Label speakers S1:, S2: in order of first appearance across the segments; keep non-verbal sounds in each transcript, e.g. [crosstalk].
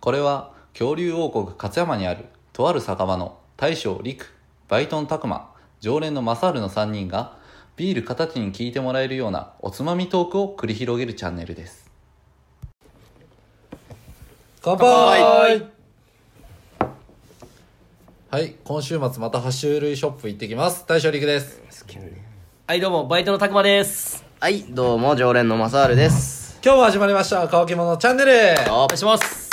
S1: これは恐竜王国勝山にあるとある酒場の大将陸バイトン拓磨常連のマサールの3人がビール形に聞いてもらえるようなおつまみトークを繰り広げるチャンネルです乾杯はい今週末また爬虫類ショップ行ってきます大将陸です
S2: はいどうもバイトのたくまです
S3: はい、どうも、常連のマサールです。
S1: 今日も始まりました乾き物チャンネルお
S3: あ
S2: お願いします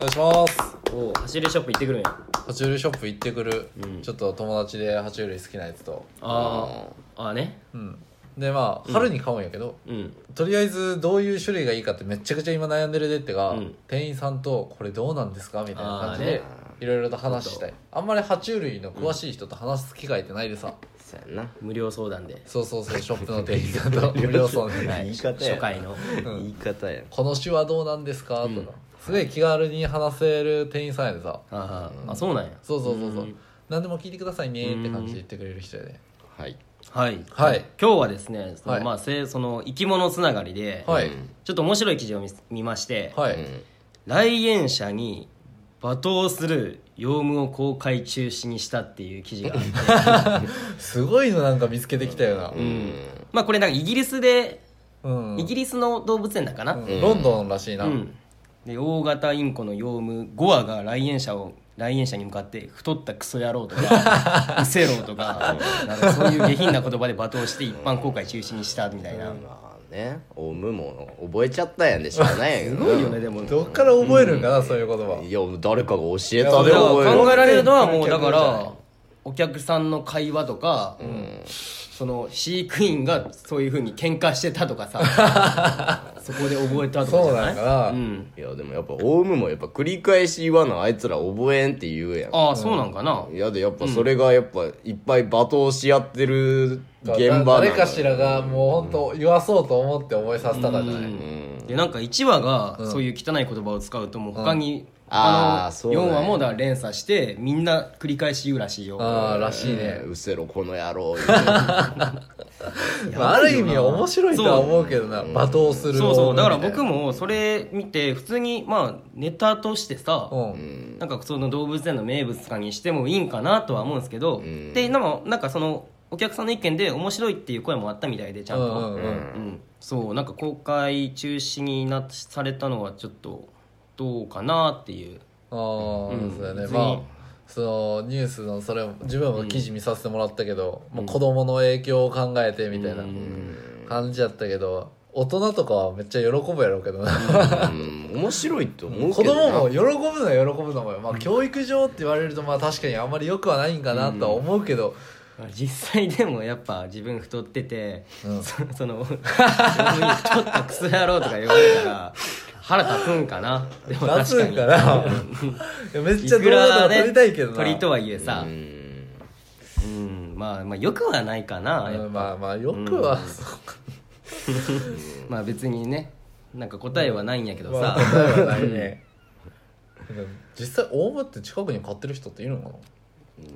S1: 願いします
S2: おお走りショップ行ってくるんや
S1: 爬虫類ショップ行ってくる、ちょっと友達で爬虫類好きなやつと
S2: あーあーね
S1: うんでまあ春に買うんやけど、
S2: うん
S1: とりあえずどういう種類がいいかってめちゃくちゃ今悩んでるでってが、
S2: うん
S1: 店員さんとこれどうなんですかみたいな感じ
S2: あー
S1: で
S2: ね
S1: いろいろと話したいあんまり爬虫類の詳しい人と話す機会ってないでさ、
S3: そうやんな。
S2: 無料相談で
S1: そうそうそうショップの店員さんと無料そうね、
S2: はい
S3: 言い方や
S2: 初回の
S1: うん
S3: 言い方やん。
S1: この種はどうなんですかとか、
S2: うん
S1: すごい気軽に話せる店員さんやでさ
S2: あーあそうなんや
S1: そうそうそうそううん何でも聞いてくださいねって感じで言ってくれる人やで
S3: はい。
S2: はい
S1: はい
S2: 今日はですねその
S1: はい
S2: まあせその生き物つながりで
S1: はい、
S2: ちょっと面白い記事を見見まして
S1: はい、
S3: うん。
S2: 来園者に罵倒するヨウムを公開中止にしたっていう記事があって
S1: すごいのなんか見つけてきたよな
S2: うんまあこれなんかイギリスで
S1: うん、
S2: イギリスの動物園だかな、
S1: うんロンドンらしいな、
S2: うんで大型インコのヨウム5羽が来園者を来園者に向かって太ったクソ野郎とか「うせろ」とかなんかそういう下品な言葉で罵倒して一般公開中止にしたみたいな、
S3: まあね、オウムも覚えちゃったやんでしょうがないやけ
S2: す
S3: ど。
S2: ごいよねでも
S1: どっから覚えるんかな、そういう言葉
S3: いや、誰かが教えたで
S1: いや
S3: 覚え
S2: 考え
S3: る。
S2: られるのはもうだからお客さんの会話とか、その飼育員がそういうふうに喧嘩してたとかさそこで覚えたとかじ
S1: そう
S2: ゃな
S1: ないんかな、
S2: うん、
S3: いや、でもやっぱオウムもやっぱ繰り返し言わなあいつら覚えんって言うやん。
S2: ああそうなんかな、
S3: いやでやっぱそれがやっぱいっぱい罵倒し合ってる
S1: だ
S3: 現場な
S1: 誰
S3: の
S1: かしらがもう本当言わそうと思って覚えさせたからじゃない、
S2: でなんか1話がそういう汚い言葉を使うともう他に、
S3: あー
S2: あの
S3: そう
S2: 4
S3: ね
S2: 話もだから連鎖してみんな繰り返し言うらしいよ
S1: ああらしいね、
S3: うっせろこの野郎
S1: まあ、ある意味は面白いとは思うけどな罵倒する
S2: そうそうだから
S1: みたい
S2: 僕
S1: な
S2: もそれ見て普通にまあネタとしてさ、
S1: うん、
S2: なんかその動物園の名物とかにしてもいいんかなとは思うんですけど、ででもなんかそのお客さんの意見で面白いっていう声もあったみたいでちゃんと、
S1: うんうんうん
S2: うんそうなんか公開中止になされたのはちょっとどうかなっていう
S1: ああ、
S2: うん
S1: そうだね
S2: 別に
S1: まあそのニュースのそれ自分も記事見させてもらったけど、まあ、子供の影響を考えてみたいな感じやったけど大人とかはめっちゃ喜ぶやろうけどな
S3: うん面白いと思う
S1: 子
S3: けどな
S1: 供も喜ぶのは喜ぶのもよ、まあ、教育上って言われるとまあ確かにあんまり良くはないんかなとは思うけど、
S2: 実際でもやっぱ自分太ってて、
S1: うん
S2: そ
S1: [laughs]
S2: その「自分に太ったクソ野郎」とか言われたら腹立つんかなでも
S1: 出
S2: 確
S1: す
S2: か
S1: ん
S2: に
S1: かないや [laughs] めっちゃ
S2: い
S1: 動画と
S2: くら
S1: か撮りたいけど
S2: ね、
S1: な
S2: 鳥とはいえさ
S3: う、ん
S2: うん、まあまあよくはないかな、や
S1: う
S2: っぱ
S1: んまあまあよくは、そうか
S2: まあ別にねなんか答えはないんやけど
S1: まあ
S2: さ、
S1: 答えはないねでも実際オウムって近くに買ってる人っているのかな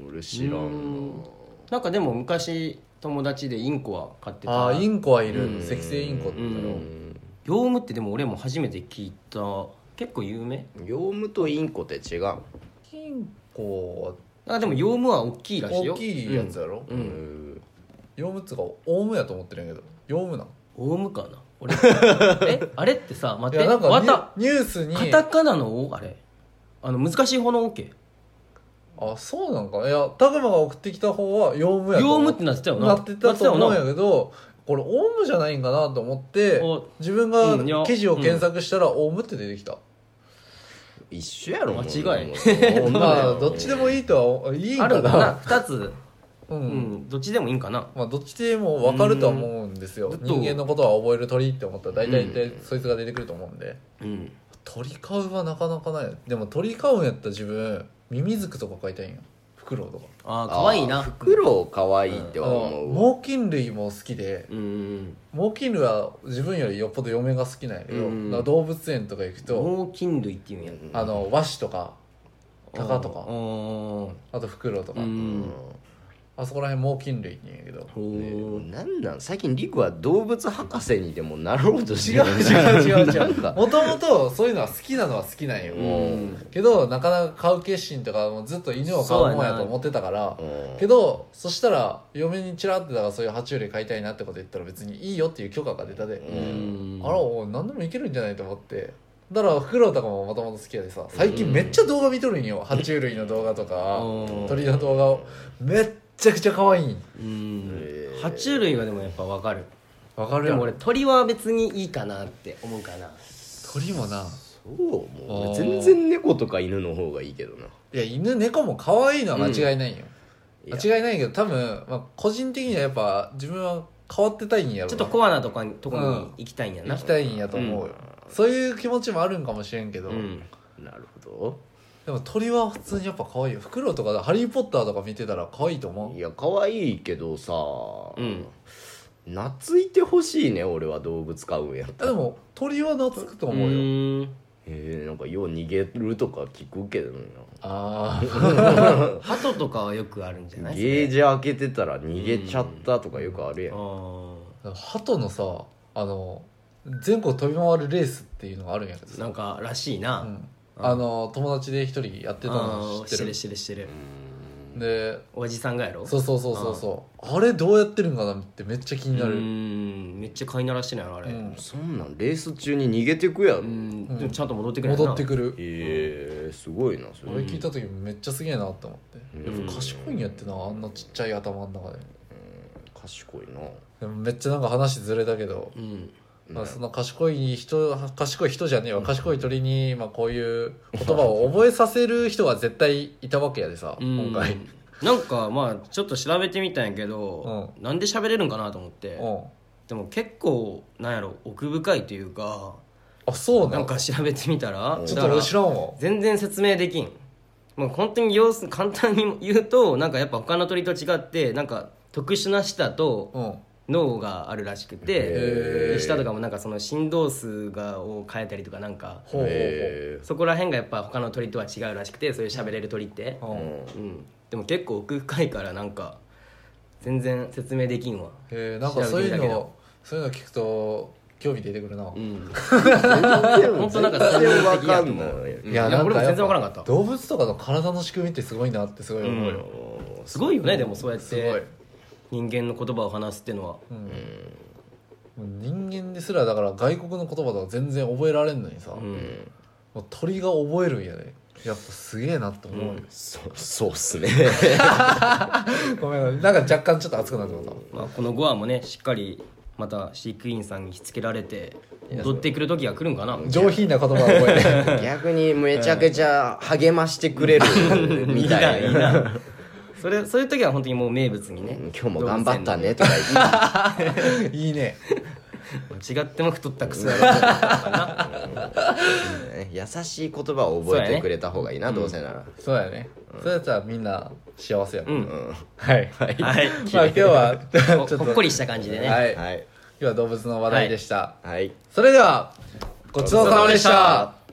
S3: 俺知らんな
S2: なんかでも昔友達でインコは飼って
S1: あ
S2: た
S1: あインコはいる赤星インコって言ったの
S2: ヨウムってでも俺も初めて聞いた結構有名
S3: ヨウムとインコって違う
S1: インコ
S2: あでもヨウムは大きい
S1: は
S2: らしいよ
S1: 大きいやつやろ、
S2: うん、うん
S1: ヨウムっつうかオウムやと思ってるんやけどヨウムなん
S2: オウムかな
S1: [laughs]
S2: 俺えあれってさ
S1: い
S2: 待っ
S1: や
S2: て
S1: なんか
S2: わた
S1: ニュニュースに
S2: カタカナのオあれあの難しい方のオケ
S1: あそうなんかいやタグマが送ってきた方はヨウムやと
S2: ヨウ
S1: 思
S2: ム
S1: う
S2: ってなってたよな
S1: なってたと思うん
S2: な
S1: や
S2: って
S1: けどこれオウムじゃないんかなと思って
S2: お
S1: 自分が
S2: うんいや
S1: 記事を検索したらオウムって出てきた、
S3: 一緒やろもう
S2: 間違い
S3: もう
S1: まあどっちでも
S3: い
S1: いいとはいいん
S2: たよなあ
S1: か
S2: るか
S1: な
S2: な2つ
S1: う、
S2: うんんどっちでもいいんかな
S1: まあどっちでも分かるとは思うんですよ
S2: うん
S1: 人間のことは覚える鳥って思ったら大体
S3: うん
S1: 大体そいつが出てくると思うんで
S2: うん
S1: 鳥飼うはなかなかないでも鳥飼うんやったら自分ミミズクとか飼いたいんよフクロウとか
S2: あー可愛いな
S3: フクロウかわいいっては
S1: あ
S3: 思う
S1: の
S3: わ
S1: 猛禽類も好きで
S2: うんうん
S1: 猛禽類は自分よりよっぽど嫁が好きなんやけど、
S2: うん
S1: だから動物園とか行くと、
S2: 猛禽類っていうんや
S1: あの和紙とか鷹と
S2: あ
S1: か
S2: ー
S1: あとフクロウとか、
S2: うん
S1: あそこら辺猛禽類って言うんやけど
S3: ほうなんなん最近リクは動物博士にでもなろうとして
S1: 違う
S3: る
S1: 違う違う違
S3: な
S1: うん
S3: か
S1: もともとそういうのは好きなのは好きなんよ
S3: うん
S1: けどなかなか買う決心とかもうずっと犬を飼うもんやと思ってたから
S3: うん
S1: けどそしたら嫁にチラってだからそういう爬虫類飼いたいなってこと言ったら別にいいよっていう許可が出たで、
S2: うん
S1: あらおい何でもいけるんじゃないと思ってだからフクロウとかももともと好きやでさ最近めっちゃ動画見とるんよ爬虫類の動画とか
S2: うん
S1: 鳥の動画をめっちゃくちゃ可愛いん
S2: うん爬虫類はでもやっぱ分かる
S1: わかる
S2: で
S1: や
S2: も
S1: ん
S2: 俺鳥は別にいいかなって思うかな
S1: 鳥もな
S3: そうも
S1: あー
S3: う全然猫とか犬の方がいいけどない
S1: や犬猫も可愛いのは間違いないよ、
S3: うん
S1: 間違いないけど多分、まあ、個人的にはやっぱ自分は変わってたいんやろ
S2: ちょっと
S1: こ
S2: コアなとこにとこに
S1: うん
S2: 行きたいんやな、
S1: 行きたいんやと思うよ、そういう気持ちもあるんかもしれんけど、
S2: うん
S3: なるほ
S1: でも鳥は普通にやっぱ可愛いよフクロウとか「ハリー・ポッター」とか見てたら可愛いと
S3: ど
S1: 思
S3: いや可愛いけどさ、
S2: うん
S3: 懐いてほしいね俺は動物飼うんやっ
S1: う
S3: た
S1: あ
S3: ら
S1: でも鳥は懐くと思うよ、
S2: よ
S3: えー、なんかよう逃げるとか聞くけどな
S1: あ
S2: 鳩とかはよくあるんじゃない
S3: ゲージ開けてたら逃げちゃったとかよくあるやん、
S2: あ
S1: あ鳩のさあの全国飛び回るレースっていうのがあるんやけど
S2: ー
S1: さ
S2: なんからしいな、
S1: うん、あの友達で一人やってたの
S2: あー
S1: 知ってる
S2: る知る知る
S1: で
S2: おじさんがやろ
S1: そうそうそうそうそうあれどうやってるんかなってめっちゃ気にな
S2: うー
S1: る
S2: んめっちゃ飼いならしてないのあれ
S1: う
S2: うん
S1: ん
S3: そんなんレース中に逃げてくやろ、
S2: でもちゃんと戻ってくる
S1: 戻って
S2: る
S1: くる
S3: えー、すごいなそれ、
S1: 俺聞いた時めっちゃすげえなって思って
S3: うん
S1: やっぱ賢いんやってなあんなちっちゃい頭の中で
S3: 賢いな
S1: でもめっちゃなんか話ずれたけど
S2: うん
S1: まあ、その賢い人賢い人じゃねえわ賢い鳥に、まあ、こういう言葉を覚えさせる人が絶対いたわけやでさ
S2: うん
S1: 今回うん
S2: なんかまあちょっと調べてみたんやけど、なんで喋れるんかなと思って、でも結構なんやろ奥深いというか
S1: あそうな
S2: なん
S1: ん
S2: か調べてみたら
S1: ちょっと
S2: だから
S1: 俺知らんわ
S2: 全然説明できんもう本当に様子簡単に言うとなんかやっぱ他の鳥と違ってなんか特殊な舌と
S1: うん
S2: 脳があるらしく
S1: へ
S2: て舌とかもなんかその振動数がを変えたりとかなんか
S1: ほうほうほう
S3: え
S2: そこら辺がやっぱ他の鳥とは違うらしくてそういう喋れる鳥って、
S1: うんへ
S2: うん、でも結構奥深いからなんか全然説明できんわ
S1: えなんかそういう
S2: 調べてみたけ
S1: の
S2: ど
S1: そういうの聞くと興味出てくるな、
S2: うん
S3: ー、
S2: 本当なんか
S3: 全然わ
S2: 専門的や
S3: か
S2: と
S3: ん
S2: 思
S3: な
S2: う
S3: い
S2: いや俺も全然わからなかった
S1: 動物とかの体の仕組みってすごいなってすごい思うよ、
S2: すごいよねでもそうやっ
S1: すごい
S2: て人間の言葉を話すっていうのは
S1: もう人間ですらだから外国の言葉とか全然覚えられんのにさ、
S2: うん、
S1: もう鳥が覚えるんやでやっぱすげえなって思うよ、
S3: そそうっす [laughs] ね
S1: ごめんごめんなんか若干ちょっと熱くなってもうた
S2: まあ、この5話もねしっかりまた飼育員さんにしつけられて戻ってくる時が来るんかな
S1: 上品な言葉を覚えて
S3: 逆にめちゃくちゃ励ましてくれるみたいな
S2: それそういう時は本当にもう名物にね
S3: 今日も頑張ったねとか言っ
S1: [laughs]
S3: て
S1: いいね
S2: 違っても太ったクソ野郎
S3: ね優しい言葉を覚えてくれた方がいいな、どうせなら、
S1: そうやねそうやったらみんな幸せやもん、
S2: うん
S1: はい、はい [laughs]
S2: はい
S1: ま
S3: [laughs]
S1: あ今日はちょっと
S2: ほっこりした感じでね、
S1: はい、今
S3: はい
S1: 日は動物の話題でした、
S3: はい
S1: それではごちそうさまでした